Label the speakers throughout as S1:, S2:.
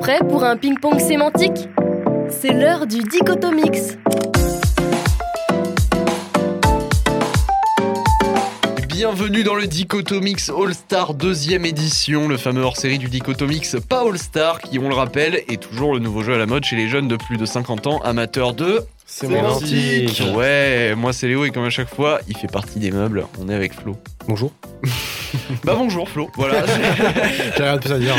S1: Prêt pour un ping-pong sémantique C'est l'heure du dichotomix.
S2: Bienvenue dans le Dichotomix All-Star deuxième édition, le fameux hors-série du Dichotomix pas All-Star qui, on le rappelle, est toujours le nouveau jeu à la mode chez les jeunes de plus de 50 ans, amateurs de...
S3: C'est
S2: sémantique. Ouais, moi c'est Léo et comme à chaque fois, il fait partie des meubles, on est avec Flo.
S3: Bonjour.
S2: Bah bonjour Flo, voilà.
S3: J'ai rien de plus à dire.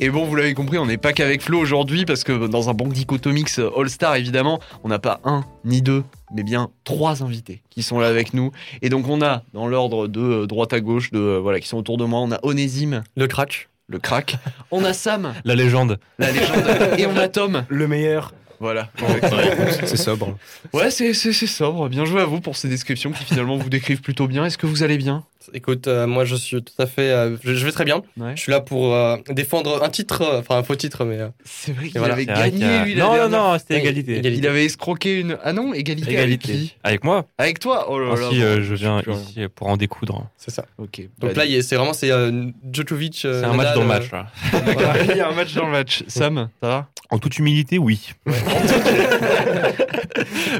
S2: Et bon, vous l'avez compris, on n'est pas qu'avec Flo aujourd'hui parce que dans un bon Dichotomix All-Star, évidemment, on n'a pas un ni deux, mais bien trois invités qui sont là avec nous. Et donc, on a dans l'ordre de euh, droite à gauche, de euh, voilà, qui sont autour de moi, on a Onésime,
S4: Le crack.
S2: le crack. On a Sam,
S4: La légende.
S2: la légende. Et on a Tom.
S3: Le meilleur.
S2: Voilà.
S3: C'est sobre.
S2: Ouais, c'est c'est- c'est sobre. Bien joué à vous pour ces descriptions qui finalement vous décrivent plutôt bien. Est-ce que vous allez bien
S4: Écoute, euh, moi je suis tout à fait. euh, je, je vais très bien.
S2: Ouais.
S4: Je suis là pour euh, défendre un titre, euh, enfin un faux titre, mais. euh,
S2: C'est vrai qu'il
S4: voilà.
S2: avait
S5: C'est vrai qu'il y
S2: gagné,
S5: a-
S2: lui, la
S5: non, non,
S2: dernière-
S5: non, c'était
S4: oui,
S5: égalité.
S2: Il avait escroqué une. Ah non, égalité,
S5: Égalité.
S2: avec qui
S5: Avec moi
S2: Avec toi Oh là
S5: Ah
S2: là.
S5: si, euh, je
S2: sais
S5: viens
S2: plus rien.
S5: ici pour en découdre.
S4: C'est ça.
S2: Ok.
S4: Donc
S2: Bah,
S4: là, il- c'est vraiment c'est euh, Djokovic. euh,
S5: C'est un match
S4: Nadal,
S5: dans le
S4: euh,
S5: match. là.
S4: voilà.
S2: il y a un match dans le match. Sam, ça va
S5: En toute humilité, oui.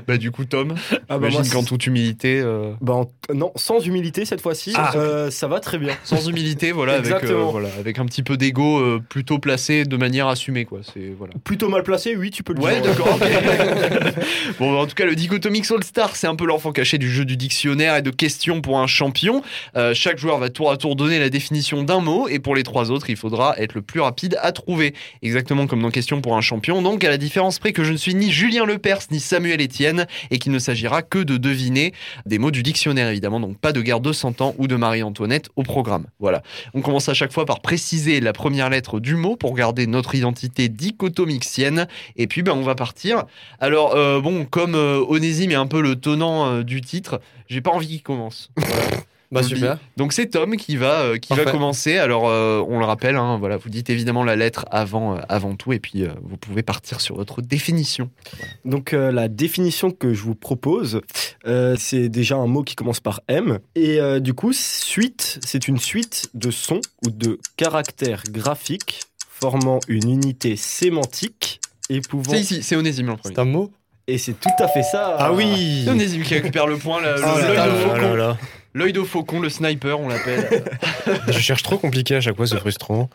S2: Bah du coup Tom,
S3: Ah bah moi,
S2: imagine qu'en toute humilité, euh,
S3: bah, en- non, sans humilité cette fois-ci,
S2: Ah.
S3: euh, ça va très bien.
S2: sans humilité, voilà, avec, euh,
S3: Exactement.
S2: voilà, avec un petit peu d'ego euh, plutôt placé de manière assumée quoi. C'est voilà.
S3: Plutôt mal placé, oui, tu peux le
S2: Ouais,
S3: dire.
S2: d'accord. ok. bon, bah, en tout cas, le Dichotomix All Star, c'est un peu l'enfant caché du jeu du dictionnaire et de questions pour un champion. Euh, chaque joueur va tour à tour donner la définition d'un mot, et pour les trois autres, il faudra être le plus rapide à trouver. Exactement comme dans Questions pour un champion, donc à la différence près que je ne suis ni Julien Lepers ni Samuel Etienne, et qu'il ne s'agira que de deviner des mots du dictionnaire, évidemment, donc pas de guerre de Cent Ans ou de Marie-Antoinette au programme. Voilà. On commence à chaque fois par préciser la première lettre du mot pour garder notre identité dichotomixienne. Et puis, ben, on va partir. Alors, euh, bon, comme euh, Onésime est un peu le tenant euh, du titre, j'ai pas envie qu'il commence.
S4: Bah
S2: Oublie.
S4: super.
S2: Donc, c'est Tom qui va, euh, qui va
S4: Parfait.
S2: commencer. Alors, euh, on le rappelle, hein, voilà, vous dites évidemment la lettre avant, euh, avant tout, et puis euh, vous pouvez partir sur votre définition.
S6: Donc euh, la définition que je vous propose, euh, c'est déjà un mot qui commence par M. Et euh, du coup, suite, c'est une suite de sons ou de caractères graphiques formant une unité sémantique et pouvant...
S2: C'est ici, c'est Onésime en premier.
S4: C'est un mot.
S6: Et c'est tout à fait ça
S2: Ah C'est Onésime qui récupère le point, la- le-
S4: Ah là
S2: l'œil
S4: là
S2: de
S4: là
S2: faucon. l'œil de faucon, le sniper, on l'appelle.
S7: Je cherche trop compliqué à chaque fois, c'est frustrant.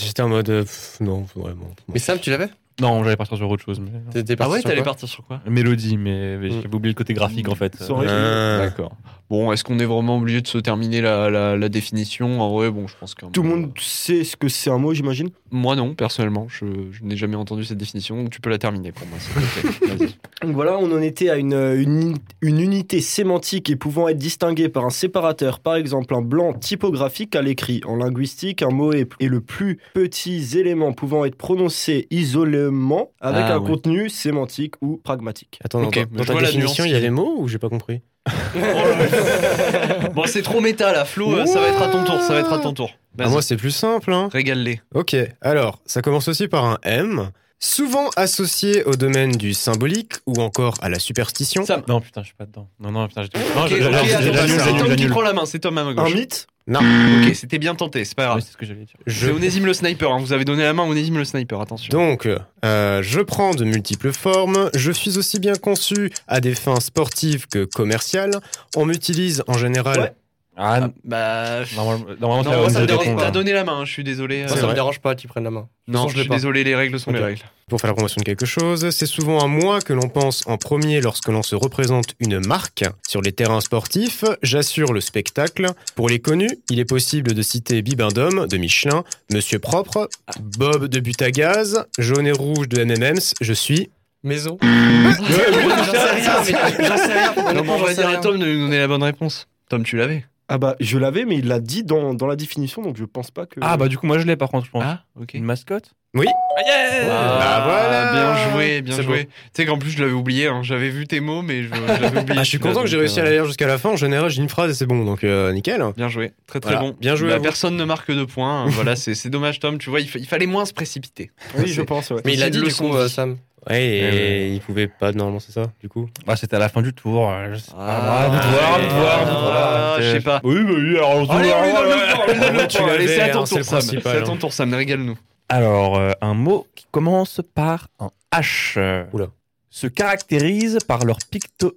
S7: J'étais en mode euh, pff, non, vraiment.
S4: Mais Sam, tu l'avais
S5: Non, j'allais partir sur autre chose. Mais...
S4: T'es- t'es
S2: ah
S4: parti
S2: ouais,
S4: sur
S2: t'allais
S4: quoi
S2: partir sur quoi
S5: Mélodie, mais, mais
S2: Mm.
S5: j'avais oublié le côté graphique en fait. Euh,
S6: Ça aurait été-
S2: Euh.
S7: Ah.
S5: D'accord.
S2: Bon, est-ce qu'on est vraiment obligé de se terminer la, la- la définition En vrai, bon, je pense que.
S6: Tout le monde sait ce que c'est un mot, j'imagine
S2: Moi non, personnellement, je, je n'ai jamais entendu cette définition, donc tu peux la terminer pour moi. s'il te plaît. Vas-y.
S6: Donc voilà, on en était à une, euh, une, une unité sémantique et pouvant être distinguée par un séparateur, par exemple un blanc typographique à l'écrit. En linguistique, un mot est, est le plus petit élément pouvant être prononcé isolément avec
S2: Ah,
S6: un
S2: ouais.
S6: contenu sémantique ou pragmatique.
S7: Attends,
S2: Ok,
S7: dans-
S2: mais
S7: dans
S2: je
S7: ta
S2: vois la
S7: définition,
S2: nuance.
S7: il y a les mots ou j'ai pas compris
S2: bon, c'est trop méta là, Flo, euh, ça va être à ton tour, ça va être à ton tour.
S7: Ah,
S2: Vas-y,
S7: Moi, c'est plus simple. Hein.
S2: régale-les.
S7: Ok, alors, ça commence aussi par un M, souvent associé au domaine du symbolique ou encore à la superstition.
S2: Sam.
S5: Non, putain, je suis pas dedans. Non, non, putain, j'étais. Non,
S7: Ah,
S2: Ok,
S5: je-
S2: ok,
S5: je-
S2: attends,
S5: je-
S2: attends,
S5: j'annule,
S2: c'est
S5: j'annule,
S2: Tom qui
S5: j'annule.
S2: prend la main, c'est Tom à ma
S6: Un
S2: gauche.
S6: mythe
S2: Ok, c'était bien tenté, c'est pas
S5: Oui,
S2: grave.
S5: C'est ce que j'allais dire.
S7: Je...
S2: C'est Onésime le sniper, hein, vous avez donné la main à Onésime le sniper, attention.
S7: Donc, euh, je prends de multiples formes, je suis aussi bien conçu à des fins sportives que commerciales. On m'utilise en général.
S6: Ouais.
S5: Ah,
S2: Ah, bah.
S5: normalement, normalement,
S2: Non,
S5: c'est la
S2: moi, ça
S5: bonne
S2: me
S5: de
S2: dérange-
S5: répondre,
S2: t'as
S5: là.
S2: donné la main, hein, je suis désolé. euh,
S4: Moi, ça
S7: vrai.
S4: me dérange pas qu'ils prennent la main.
S2: non,
S4: façon,
S2: je
S4: je l'ai
S2: suis
S4: pas.
S2: désolé, les règles sont les
S7: Ok.
S2: règles.
S7: pour faire la promotion de quelque chose. C'est souvent à moi que l'on pense en premier lorsque l'on se représente une marque. Sur les terrains sportifs, j'assure le spectacle. Pour les connus, il est possible de citer Bibendum de Michelin, Monsieur Propre, Bob de Butagaz, Jaune et Rouge de MMM's. Je suis.
S4: Maison.
S2: J'en sais rien, mais-
S4: J'en sais rien.
S2: Non, mais on
S4: J'en
S2: va
S4: sais
S2: dire à
S4: rien.
S2: Tom de nous donner la bonne réponse. Tom, tu l'avais
S6: Ah bah je l'avais, mais il l'a dit dans, dans la définition, donc je pense pas que...
S5: Ah, bah du coup, moi je l'ai par contre, je pense.
S2: Ah, ok.
S5: Une mascotte
S7: Oui.
S5: Ah, yeah
S2: Ah,
S7: Bah voilà.
S2: Bien joué, bien
S7: C'est
S2: joué. Tu sais qu'en plus, je l'avais oublié. hein. J'avais vu tes mots, mais je, je l'avais oublié.
S7: Ah, je suis content que j'ai réussi à la lire jusqu'à la fin. En général, j'ai une phrase et c'est bon, donc euh, nickel.
S2: Bien joué, très très
S7: Voilà.
S2: bon.
S7: Bien joué
S2: Bah,
S7: à vous.
S2: personne ne marque de points. hein. voilà, c'est c'est dommage, Tom. Tu vois, il, fa- il fallait moins se précipiter.
S6: oui, je pense, ouais.
S4: Mais il a dit du
S2: Leçon
S4: coup,
S2: de
S4: euh,
S2: vie.
S4: Sam.
S7: Ouais, et
S5: Ouais,
S7: il pouvait pas, normalement, c'est ça, du coup.
S5: Bah, c'était à la fin du tour. euh, je sais pas,
S2: Ah,
S5: moi, à vous de voir, à vous de voir, à vous de
S2: ah,
S5: voir.
S2: je sais pas.
S5: Oui, bah oui, alors on
S6: Oh
S2: Allez, on lui donne le point, on lui donne
S7: Ah,
S2: le
S7: tu
S2: point. Allez,
S7: l'avais,
S2: c'est à ton
S7: hein, c'est
S2: tour,
S7: le
S2: Sam. C'est
S7: principal,
S2: à ton tour, Sam. Régale-nous.
S5: Alors, euh, un mot qui commence par un H. euh,
S7: Oula.
S5: Se caractérise par leur picto-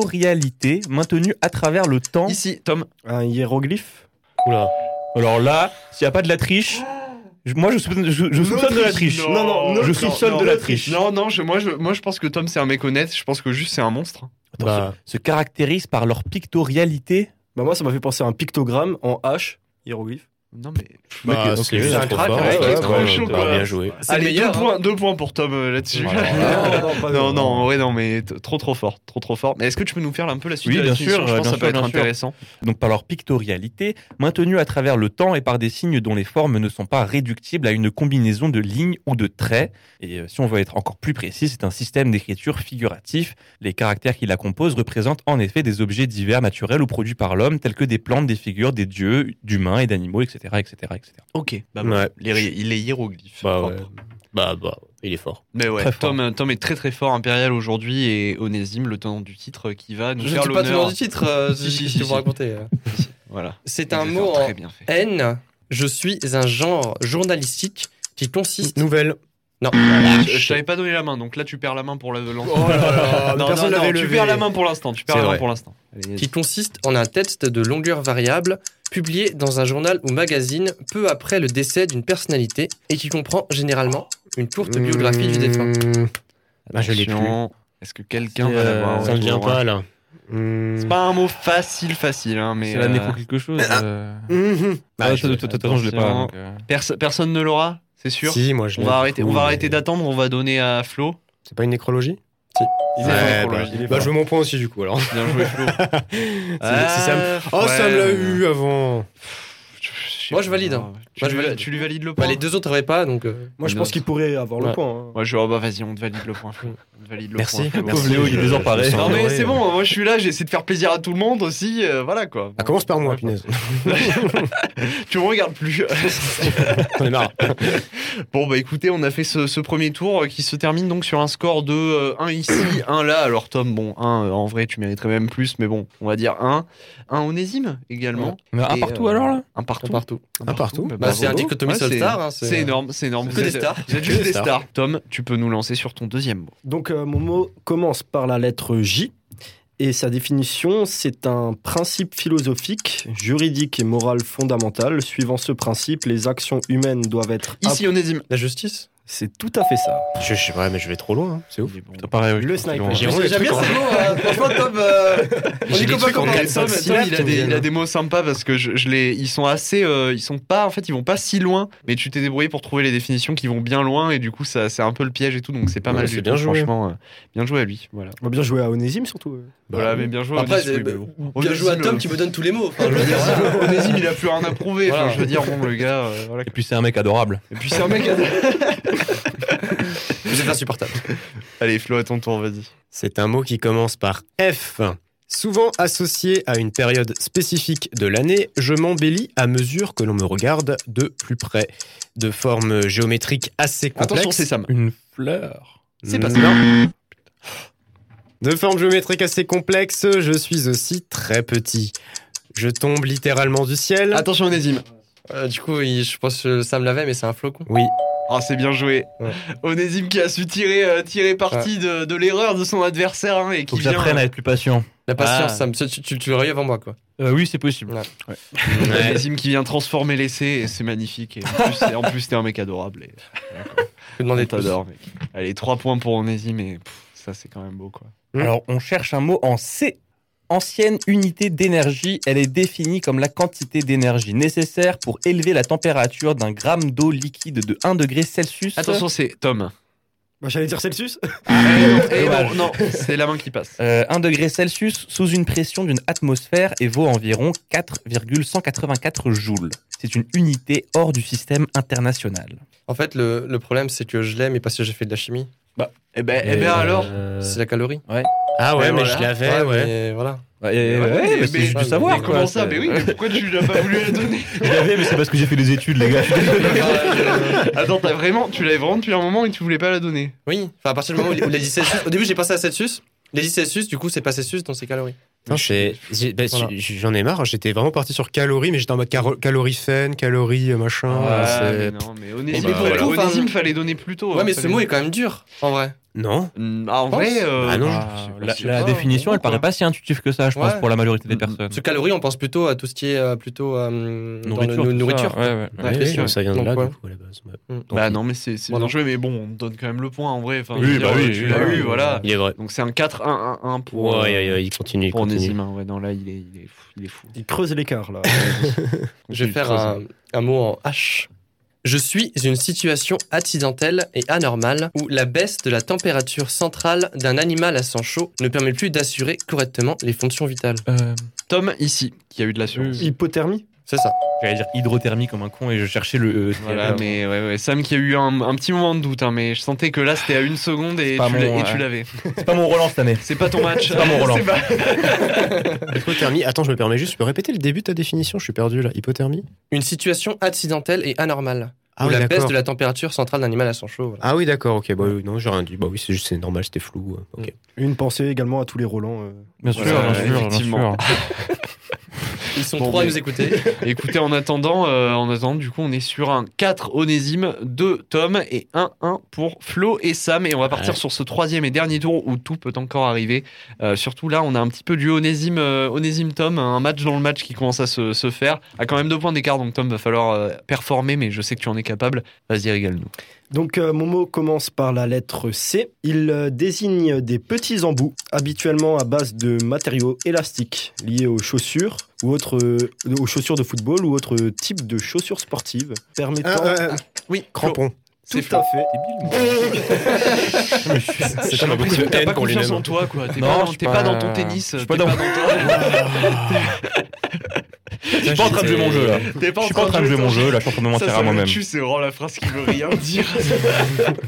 S5: pictorialité maintenue à travers le temps.
S2: Ici, Tom.
S6: Un hiéroglyphe
S7: Oula.
S5: Alors là, s'il n'y a pas de la triche, je- moi je, soupçonne- je- je soupçonne de la triche.
S2: Non, non,
S5: je
S2: non,
S5: soupçonne
S2: non,
S5: de la
S2: non,
S5: triche.
S2: Non, non, je- moi, je, moi je pense que Tom c'est un mec honnête, je pense que juste c'est un monstre.
S5: Attends,
S7: Bah,
S5: Se caractérise par leur pictorialité.
S6: Bah moi ça m'a fait penser à un pictogramme en H, hiéroglyphe.
S2: Non mais.
S7: bah,
S5: ok,
S7: c'est
S5: ok,
S7: juste
S5: c'est
S7: un
S5: un
S7: trop
S2: crack,
S7: fort.
S2: ouais,
S7: Ouais,
S2: ouais,
S7: ouais,
S2: c'est
S7: ouais,
S2: un chaud,
S7: bah,
S2: quoi.
S7: bien joué.
S2: C'est Allez, deux,
S4: meilleur, hein.
S2: points, deux points pour Tom euh, là-dessus. non, non, ouais, non, mais t- trop trop fort, trop trop fort. Mais est-ce que tu peux nous faire un peu la suite
S5: Oui,
S2: de la
S5: bien
S2: définition
S5: sûr,
S2: Je pense que
S5: bien
S2: ça peut
S5: sûr,
S2: être
S5: bien sûr.
S2: intéressant.
S5: donc par leur pictorialité, maintenue à travers le temps et par des signes dont les formes ne sont pas réductibles à une combinaison de lignes ou de traits. Et euh, si on veut être encore plus précis, c'est un système d'écriture figuratif. Les caractères qui la composent représentent en effet des objets divers, naturels ou produits par l'homme, tels que des plantes, des figures, des dieux, d'humains et d'animaux, etc., etc., etc.
S2: Ok, bah
S7: Ouais.
S2: les, hi- les hiéroglyphes.
S7: Bah,
S2: Propre.
S7: ouais. bah, bah, il est fort.
S2: Mais ouais,
S5: Très fort.
S2: Tom, euh, Tom est très très fort, impérial aujourd'hui, et Onésime, le tenant du titre, euh, qui va nous
S4: Je ne
S2: faire
S4: dis pas tout le nom
S2: l'honneur.
S4: du titre, euh,
S2: Si,
S4: je
S2: si,
S4: je
S2: si,
S4: vais
S2: si.
S4: vous raconter. euh.
S2: Voilà.
S4: C'est un
S2: Vous
S4: mot
S2: êtes
S4: en
S2: Très bien fait.
S4: N. Je suis un genre journalistique qui consiste.
S7: Nouvelle.
S4: Non.
S2: Je, je t'avais pas donné la main, donc là tu perds la main pour la lancer.
S7: là,
S2: Euh, non,
S7: personne
S2: non, non,
S7: l'avait
S2: tu
S7: levé.
S2: perds la main pour l'instant, tu perds
S7: C'est
S2: la main
S7: vrai.
S2: pour l'instant.
S4: qui consiste en un texte de longueur variable publié dans un journal ou magazine peu après le décès d'une personnalité et qui comprend généralement une courte biographie du défunt.
S7: Mmh, Ah, je l'ai plus.
S2: Attention. Est-ce que quelqu'un va
S5: Euh,
S2: l'avoir
S7: Ça ne
S2: autour,
S7: vient
S2: hein
S7: pas là. Mmh.
S2: C'est pas un mot facile, facile, hein, mais.
S5: c'est la
S2: euh,
S5: nécro quelque chose. euh,
S7: Mhm.
S5: ah,
S7: Ah,
S5: de
S7: je-
S5: toute- de toute façon, je l'ai pas.
S2: attention.
S5: donc, euh,
S2: perso- personne ne l'aura, c'est sûr.
S7: Si, moi je
S2: on
S7: l'ai,
S2: va
S7: du
S2: arrêter,
S7: coup,
S2: on va
S7: mais-
S2: arrêter d'attendre, on va donner à Flo.
S7: C'est pas une nécrologie
S2: Il est
S7: Ouais,
S2: fort,
S7: bah,
S2: Flo, il est
S7: Bah,
S2: fort.
S7: je veux mon point aussi du coup alors.
S2: Bien joué Flo. Euh,
S7: c'est Sam. Oh,
S2: ouais.
S7: ça me l'a eu avant.
S2: Je- sais
S4: Moi, je
S2: pas.
S4: valide, hein.
S2: Tu,
S4: Moi, je
S2: lui-
S4: valide.
S2: tu lui valides le point.
S4: Bah, les deux autres n'avaient pas, donc euh,
S6: Moi je
S2: Un
S6: pense
S2: autre.
S6: qu'il pourrait avoir
S4: Ouais.
S6: le point. hein.
S2: Ouais, je oh, bah vas-y, on te valide le point. Flo. On te valide le
S7: Merci.
S2: point.
S7: Merci.
S5: Pauvre Léo, il est
S7: je-
S5: désemparé.
S7: je me sens
S2: Non mais
S7: honoré.
S2: c'est bon, moi je suis là, j'essaie de faire plaisir à tout le monde aussi, euh, voilà quoi.
S7: Ah, commence par moi, punaise.
S2: Tu me regardes plus.
S7: T'en es marre.
S2: Bon bah écoutez, on a fait ce, ce premier tour euh, qui se termine donc sur un score de 1 ici, 1 là. Alors Tom, bon, 1 en vrai tu mériterais même plus, mais bon, on va dire 1. 1 onésime également.
S5: On a un
S2: Et,
S5: partout
S2: euh,
S5: alors là
S2: Un partout.
S4: partout.
S7: Un partout.
S2: bah,
S4: Bah,
S2: bravo.
S4: c'est un dichotomie
S2: Ouais,
S4: seul
S2: c'est-
S4: star. hein,
S2: C'est énorme, c'est énorme.
S4: Que
S2: Vous
S4: des
S2: êtes-
S4: stars.
S2: Vous êtes juste des stars. Tom, tu peux nous lancer sur ton deuxième mot.
S6: Donc euh, mon mot commence par la lettre J et sa définition c'est un principe philosophique, juridique et moral fondamental. Suivant ce principe, les actions humaines doivent être
S2: Ici onésime.
S4: La justice.
S6: C'est tout à fait ça.
S7: Je je sais pas, mais je vais trop loin. hein. C'est ouf.
S5: Putain, pareil, oui, je
S6: Le
S5: pense qu'ils
S6: sniper.
S5: l'ont-
S7: J'ai- vraiment des
S4: J'aime bien
S7: trucs
S4: ce mot. euh, Franchement, Tom, euh,
S2: J'ai
S4: on est
S2: des
S4: copains
S2: trucs en
S4: copains.
S2: quatre, Tom,
S4: Tom,
S2: Tom,
S4: Tom,
S2: il a, des, il a des mots sympas parce que je, je les, ils sont assez, euh, ils sont pas, en fait, ils vont pas si loin. Mais tu t'es débrouillé pour trouver les définitions qui vont bien loin et du coup, ça, c'est un peu le piège et tout, donc c'est pas
S7: Ouais,
S2: mal
S7: c'est
S2: du
S7: bien
S2: tout,
S7: joué.
S2: franchement. euh, bien joué à lui, voilà.
S6: On va bien jouer à Onésime surtout. euh.
S2: voilà, mais bien joué.
S4: Après,
S2: Odysse, oui,
S4: c'est-
S2: mais bon.
S4: Bien joué à
S2: Onésime,
S4: Tom
S2: le-
S4: qui me donne tous les mots. Enfin, je veux dire,
S2: Onésime, il a plus rien à prouver.
S4: Voilà.
S2: Enfin, je veux dire, bon, le gars, euh, voilà.
S5: Et puis c'est un mec adorable.
S2: Et puis c'est un mec. à-
S4: Vous êtes insupportable.
S2: Allez, Flo, à ton tour, vas-y.
S7: C'est un mot qui commence par F. Souvent associé à une période spécifique de l'année, je m'embellis à mesure que l'on me regarde de plus près. De forme géométrique assez complexe. Hmm.
S2: Attention, c'est Sam.
S5: Une fleur.
S2: C'est pas ça.
S7: Non. De forme géométrique assez complexe, je suis aussi très petit. Je tombe littéralement du ciel.
S2: Attention, Onésime.
S4: Euh, Du coup, il- je pense que Sam l'avait, mais c'est un flocon.
S7: Oui,
S2: Ah, c'est bien joué.
S4: Ouais.
S2: Onésime qui a su tirer, euh, tirer parti de, de l'erreur de son adversaire hein, et
S5: Faut
S2: qui
S5: que
S2: vient.
S5: j'apprenne à être plus patient.
S4: La patience,
S2: Ah.
S4: Sam. Tu, tu, tu l'aurais eu avant moi, quoi.
S5: Euh, oui, c'est possible.
S7: Ouais.
S2: Onésime qui vient transformer l'essai et c'est magnifique. Et en plus, en plus, t'es un mec adorable. Et
S4: Je demandais
S2: on
S4: plus.
S2: t'adore, mec. Allez, 3 points pour Onésime et pff, ça, c'est quand même beau quoi.
S5: Alors, on cherche un mot en C. Ancienne unité d'énergie, elle est définie comme la quantité d'énergie nécessaire pour élever la température d'un gramme d'eau liquide de 1 degré Celsius.
S2: Attention, c'est Tom.
S6: Bah, J'allais dire Celsius.
S2: Eh non,
S5: dommage.
S2: non, c'est la main qui passe.
S5: Euh, 1 degré Celsius sous une pression d'une atmosphère et vaut environ 4,184 joules. C'est une unité hors du système international.
S4: En fait, le, le problème, c'est que je l'aime, mais parce que j'ai fait de la chimie.
S2: Eh ben, eh ben alors.
S4: C'est la calorie.
S7: euh, Ah ouais,
S2: Et
S7: mais
S2: voilà.
S7: je l'avais, ouais.
S4: mais voilà.
S5: Ouais,
S2: Ouais, mais-
S5: mais c'est
S2: mais-
S5: juste du savoir,
S2: mais
S5: quoi.
S2: Comment ça Mais oui, mais pourquoi tu l'as pas voulu la donner
S5: Je l'avais, mais c'est parce que j'ai fait des études, les gars.
S2: Attends, t'as vraiment, tu l'avais vraiment depuis un moment et tu voulais pas la donner.
S4: Oui, enfin, à partir du moment où les 10 Celsius. Au début, j'ai passé à Celsius. Les 10 Celsius, du coup, c'est pas Celsius, donc c'est calories.
S7: Putain, c'est- j'ai- bah,
S4: Voilà.
S7: j'ai- J'en ai marre, j'étais vraiment parti sur calories, mais j'étais en mode caro- calories fun, calories euh, machin. euh, c'est-
S2: mais non, mais Onésime,
S7: Bon, bah,
S2: fallait-
S4: voilà.
S2: Onésime, fallait donner plus tôt.
S4: Ouais, mais
S2: hein,
S4: ce
S2: fallait-
S4: mot est quand même dur, en vrai.
S7: Non
S2: Mm, Ah, en vrai. euh,
S7: Bah non,
S2: bah,
S5: Ah, La-
S2: je
S5: La,
S2: sais pas.
S5: définition, elle paraît pas si intuitive que ça, je pense,
S4: Ouais.
S5: pour la majorité des
S2: Mm,
S5: personnes.
S4: Ce calories, on pense plutôt à tout ce qui est euh, plutôt euh, dans
S5: Nourriture.
S4: le-
S5: tout
S4: nourriture.
S5: ça.
S4: Mm.
S5: Ouais, ouais.
S2: Ouais, bien sûr.
S7: ça vient
S4: Donc, ouais.
S7: coup, à la base. ouais.
S2: Bah non, mais c'est c'est
S4: Voilà.
S2: bien joué, mais bon, on me donne quand même le point en vrai. Enfin, je
S5: Oui,
S2: veux
S5: bah
S2: dire, euh,
S5: oui,
S2: tu
S5: oui,
S2: l'as
S5: oui.
S2: eu, voilà.
S7: Il est vrai.
S2: Donc c'est un 4-1-1-1 pour,
S7: Ouais,
S2: euh,
S7: ouais, ouais, il continue. il
S2: pour
S7: continue.
S2: Onésime. hein. Ouais, non, là, il est, il est, fou- il est fou.
S6: Il creuse l'écart, là.
S4: Je vais
S2: Continue,
S4: faire
S2: creuse.
S4: un, un mot en H. Je suis une situation accidentelle et anormale où la baisse de la température centrale d'un animal à sang chaud ne permet plus d'assurer correctement les fonctions vitales.
S5: Euh,
S2: Tom, ici, qui a eu de l'assurance.
S6: Hypothermie
S4: C'est ça.
S5: J'allais dire hydrothermie comme un con et je cherchais le. euh,
S2: Voilà,
S5: terme.
S2: mais ouais, ouais. Sam qui a eu un, un petit moment de doute, hein, mais je sentais que là c'était à une seconde et
S5: C'est pas
S2: tu l'as-
S5: mon,
S2: et tu
S5: euh,
S2: l'avais.
S5: C'est pas mon Roland cette année.
S2: C'est pas ton match.
S5: C'est pas mon Roland.
S2: C'est pas-
S7: Hypothermie. Attends, je me permets juste, je peux répéter le début de ta définition Je suis perdu là. Hypothermie
S4: Une situation accidentelle et anormale
S7: Ah
S4: où
S7: oui,
S4: la baisse
S7: d'accord.
S4: de la température centrale d'un animal à sang chaud. voilà.
S7: Ah oui, d'accord, ok. Bah oui, non, j'ai rien dit. Bah oui, c'est juste, c'est normal, c'était flou. euh, ok.
S6: Une pensée également à tous les Roland. euh.
S5: Bien sûr,
S2: Voilà,
S5: bien sûr, bien
S2: effectivement.
S5: sûr.
S7: Ah,
S4: Ils sont
S2: Bon,
S4: trois à
S2: mais-
S4: nous écouter.
S2: Écoutez, en attendant, euh, en attendant, du coup, on est sur un 4 onésime, 2 Tom et 1-1 pour Flo et Sam. Et on va partir sur ce troisième et dernier tour où tout peut encore arriver. Euh, surtout là, on a un petit peu du onésime, euh, onésime Tom, un match dans le match qui commence à se, se faire. A quand même deux points d'écart, donc Tom va falloir euh, performer, mais je sais que tu en es capable. Vas-y, régale-nous.
S5: Ah,
S6: Donc, euh, mon mot commence par la lettre C. Il euh, désigne des petits embouts, habituellement à base de matériaux élastiques liés aux chaussures ou autres, euh, aux chaussures de football ou autres types de chaussures sportives permettant.
S2: Ah,
S7: Ah,
S2: euh, Oui,
S7: Crampon.
S6: tout à fait.
S2: J'ai
S7: pas beaucoup
S2: l'impression
S7: de
S2: que t'as
S7: haine
S2: pas
S7: pour
S2: confiance
S7: lui-même.
S2: en toi, quoi. T'es
S5: Non,
S2: pas, dans-
S5: je suis
S2: t'es pas
S5: pas-
S2: dans ton tennis.
S5: je suis
S2: t'es
S5: pas dans-
S7: Je
S5: suis pas en train de jouer mon jeu, là.
S2: T'es pas
S5: Je suis pas en train de jouer mon jeu, là, je suis en train de me
S2: Ça,
S5: mentir
S2: ça
S5: à
S2: me
S5: moi-même.
S2: tue, c'est vraiment la phrase qui veut rien dire.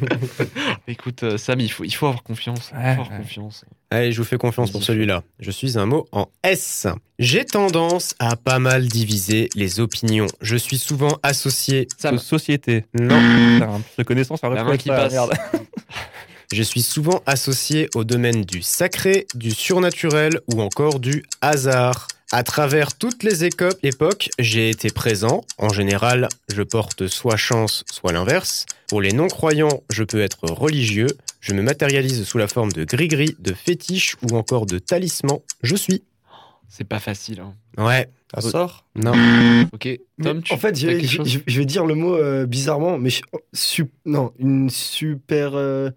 S2: Écoute, euh, Sam, il faut, il faut avoir confiance. il faut
S5: Ouais,
S2: avoir
S5: ouais.
S2: confiance.
S7: Allez, je vous fais confiance pour celui-là. Je suis un mot en S. J'ai tendance à pas mal diviser les opinions. Je suis souvent associé.
S2: Sam.
S5: Société.
S7: Non.
S5: Putain, ce connaissance, ça
S2: La
S5: reste
S2: main qui passe.
S7: Je suis souvent associé au domaine du sacré, du surnaturel ou encore du hasard. À travers toutes les éco- époques, j'ai été présent. En général, je porte soit chance, soit l'inverse. Pour les non-croyants, je peux être religieux. Je me matérialise sous la forme de gris-gris, de fétiche ou encore de talisman. Je suis.
S2: C'est pas facile. hein.
S7: Ouais.
S4: Ça sort.
S7: Non.
S2: Ok,
S6: Mais
S2: Tom, tu
S6: en fait,
S2: t'as
S6: je,
S2: quelque
S6: je-
S2: chose
S6: je- je vais dire le mot euh, bizarrement, mais je- su- non, une super. euh,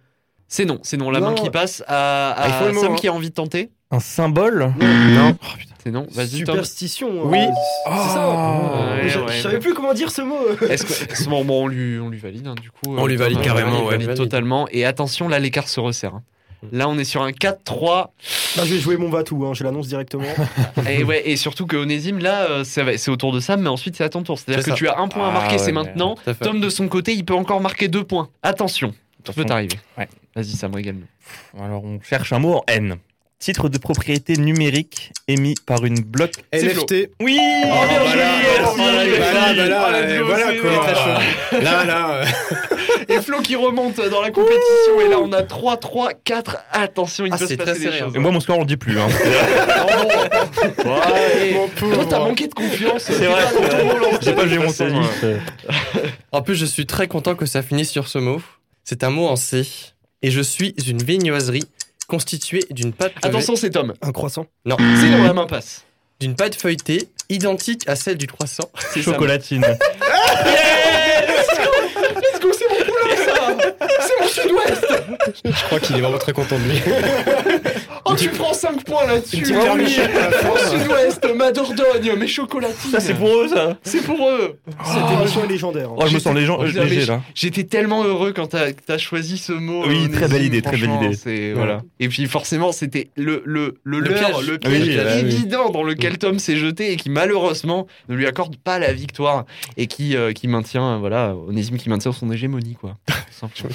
S2: C'est non, c'est non. La
S6: Non.
S2: main qui passe à, à
S7: Ah, il faut le mot,
S2: Sam
S7: hein. Oh,
S2: qui a envie de tenter.
S5: Un symbole
S7: Non.
S2: C'est non. Vas-y, Tom.
S6: superstition.
S7: Oui.
S6: euh, c'est
S5: Ah.
S6: ça.
S2: Ouais,
S6: je,
S2: ouais.
S6: je savais plus comment dire ce mot.
S2: Est-ce que- bon, bon, on lui, on lui valide, hein, du coup.
S7: On
S2: euh,
S7: lui
S2: Tom,
S7: valide
S2: euh,
S7: carrément,
S2: on lui
S7: ouais.
S2: valide totalement. Et attention, là, l'écart se resserre. hein. Là, on est sur un 4-3.
S6: Là, je vais jouer mon Vatou, hein, je l'annonce directement.
S2: et, ouais, et surtout que Onésime, là, euh, ça va- c'est au tour de Sam, mais ensuite, c'est à ton tour. C'est-à-dire
S4: C'est
S2: que
S4: ça.
S2: tu as un point à
S5: Ah
S2: marquer,
S5: ouais,
S2: c'est
S5: mais-
S2: maintenant.
S4: Tout à fait.
S2: Tom, de son côté, il peut encore marquer deux points. Attention, tout peut
S5: Attention.
S2: arriver.
S5: Ouais.
S2: Vas-y, Sam, régale-nous.
S5: Alors, on cherche un mot en N. Titre de propriété numérique émis par une bloc.
S7: NFT.
S5: Oui
S2: Oh, bien joué, merci, merci.
S7: Ah, Voilà, bah là,
S2: Voilà,
S7: euh,
S2: du
S7: voilà
S2: OCD,
S7: quoi.
S2: très
S7: Là, là. euh,
S2: Et Flo qui remonte dans la compétition. Et là, on a 3, 3, 4. Attention, il
S4: Ah,
S2: peut se
S4: c'est
S2: passer
S4: très
S2: des
S4: serré,
S2: choses.
S5: Et moi, mon score, on le dit plus. Hein.
S2: Ouais,
S7: mon
S2: Toi, t'as
S7: pauvre.
S2: manqué de confiance.
S5: C'est vrai, c'est vrai. J'ai pas joué mon
S2: façon,
S5: tennis.
S4: En plus, je suis très content que ça finisse sur ce mot. C'est un mot en C. Et je suis une viennoiserie constituée d'une pâte levée-
S2: Attention, c'est Tom.
S6: Un croissant.
S4: Non,
S2: C'est dans la main passe.
S4: d'une pâte feuilletée identique à celle du croissant.
S2: C'est Sam.
S5: Chocolatine.
S2: Let's go, c'est mon poulain, ça C'est mon sud-ouest
S7: Je crois qu'il est vraiment très content de lui.
S2: Oh, tu prends 5 points là-dessus
S7: petite
S2: Ah oui.
S7: corniche
S2: Mon sud-ouest, ma Dordogne, mes chocolatines
S5: Ça, c'est pour eux, ça.
S2: C'est pour eux
S6: Cette émission est légendaire. hein.
S5: Oh, je me sens les gens.
S2: Oh, putain, mais
S5: léger, là.
S2: J'étais tellement heureux quand t'as as choisi ce mot.
S5: Oui,
S2: euh,
S5: très belle idée, très
S2: franchement,
S5: belle idée.
S2: c'est- Voilà. Et puis forcément, c'était le, le, le,
S4: Le
S2: leurre,
S4: piège.
S2: le
S5: Ah oui,
S2: piège
S5: bah oui. Mm.
S2: évident dans lequel Tom s'est jeté et qui malheureusement ne lui accorde pas la victoire et qui, euh, qui maintient, euh, voilà, Onésime qui maintient son hégémonie, quoi. Tout simplement.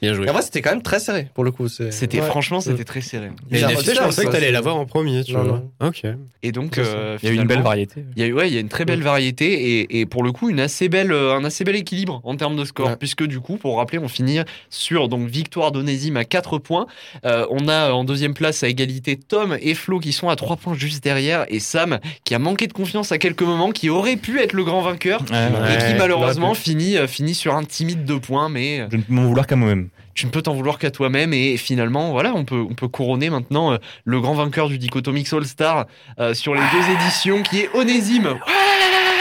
S7: Bien joué.
S4: Et en vrai, c'était quand même très serré pour le coup. c'est-
S2: C'était
S4: Ouais.
S2: franchement, c'était très serré.
S7: Mais
S4: J'ai
S7: NFT,
S4: remarqué
S7: je
S4: ça,
S7: pensais que
S4: ça,
S7: t'allais
S4: c'est-
S7: la voir en premier, tu
S4: Non,
S7: vois.
S4: non.
S7: Ok.
S2: Et donc,
S4: Ça,
S2: euh,
S5: Il y a eu une belle
S2: finalement,
S5: variété.
S2: Il y a eu, ouais, il y a une très belle variété et, et pour le coup une assez belle, euh, un assez bel équilibre en termes de score
S4: Ouais.
S2: puisque du coup pour rappeler on finit sur donc victoire d'Onésime à 4 points. Euh, on a euh, en deuxième place à égalité Tom et Flo qui sont à 3 points juste derrière et Sam qui a manqué de confiance à quelques moments qui aurait pu être le grand vainqueur
S5: Ouais.
S2: et qui malheureusement
S5: J'aurais
S2: finit, euh, finit sur un timide 2 points mais euh,
S5: pu- Je ne peux m'en vouloir qu'à moi-même.
S2: tu ne peux t'en vouloir qu'à toi-même et finalement voilà on peut on peut couronner maintenant euh, le grand vainqueur du Dichotomix All Star euh, sur les deux éditions qui est Onésime.
S4: Merci,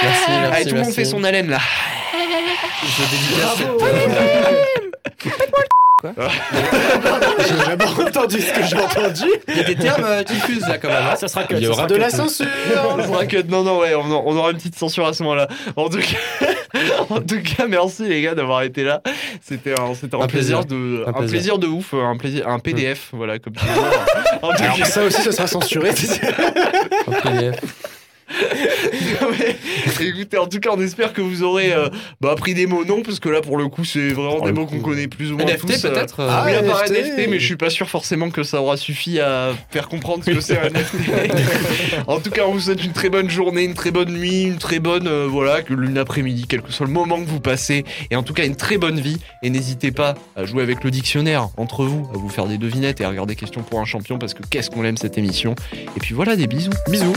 S4: merci,
S2: Allez, Ah, tout le monde
S4: merci.
S2: fait son haleine là.
S4: Je dédicace cette-
S3: J'avais entendu ce que j'ai entendu.
S4: Il y a des termes euh, qui fusent là quand même. hein.
S3: Ça sera que.
S7: Il y
S3: ça
S7: aura
S3: sera
S7: de
S3: que-
S7: la censure
S2: On fera que- Non, non, ouais, on, on aura une petite censure à ce moment-là. En tout cas, en tout cas merci les gars d'avoir été là. C'était un, c'était un,
S4: Un
S2: plaisir,
S4: plaisir.
S2: de,
S4: Un
S2: un plaisir.
S4: plaisir Mmh.
S2: de ouf, un plaisir, un PDF, voilà, comme tu dis. En tout
S7: Alors
S2: cas,
S7: ça aussi, ça sera censuré.
S2: mais- écoutez, en tout cas, on espère que vous aurez euh, bah, appris des mots non, parce que là, pour le coup, c'est vraiment des mots qu'on connaît plus ou moins
S4: NFT
S2: tous. euh,
S4: peut-être euh,
S7: Ah,
S2: oui, à part
S7: NFT.
S2: NFT, mais je suis pas sûr forcément que ça aura suffi à faire comprendre ce que c'est un NFT. en tout cas, on vous souhaite une très bonne journée, une très bonne nuit, une très bonne, euh, voilà, que l'une après-midi, quel que soit le moment que vous passez, et en tout cas, une très bonne vie. Et n'hésitez pas à jouer avec le dictionnaire entre vous, à vous faire des devinettes et à regarder Question pour un champion, parce que qu'est-ce qu'on aime cette émission. Et puis voilà, des bisous. Bisous.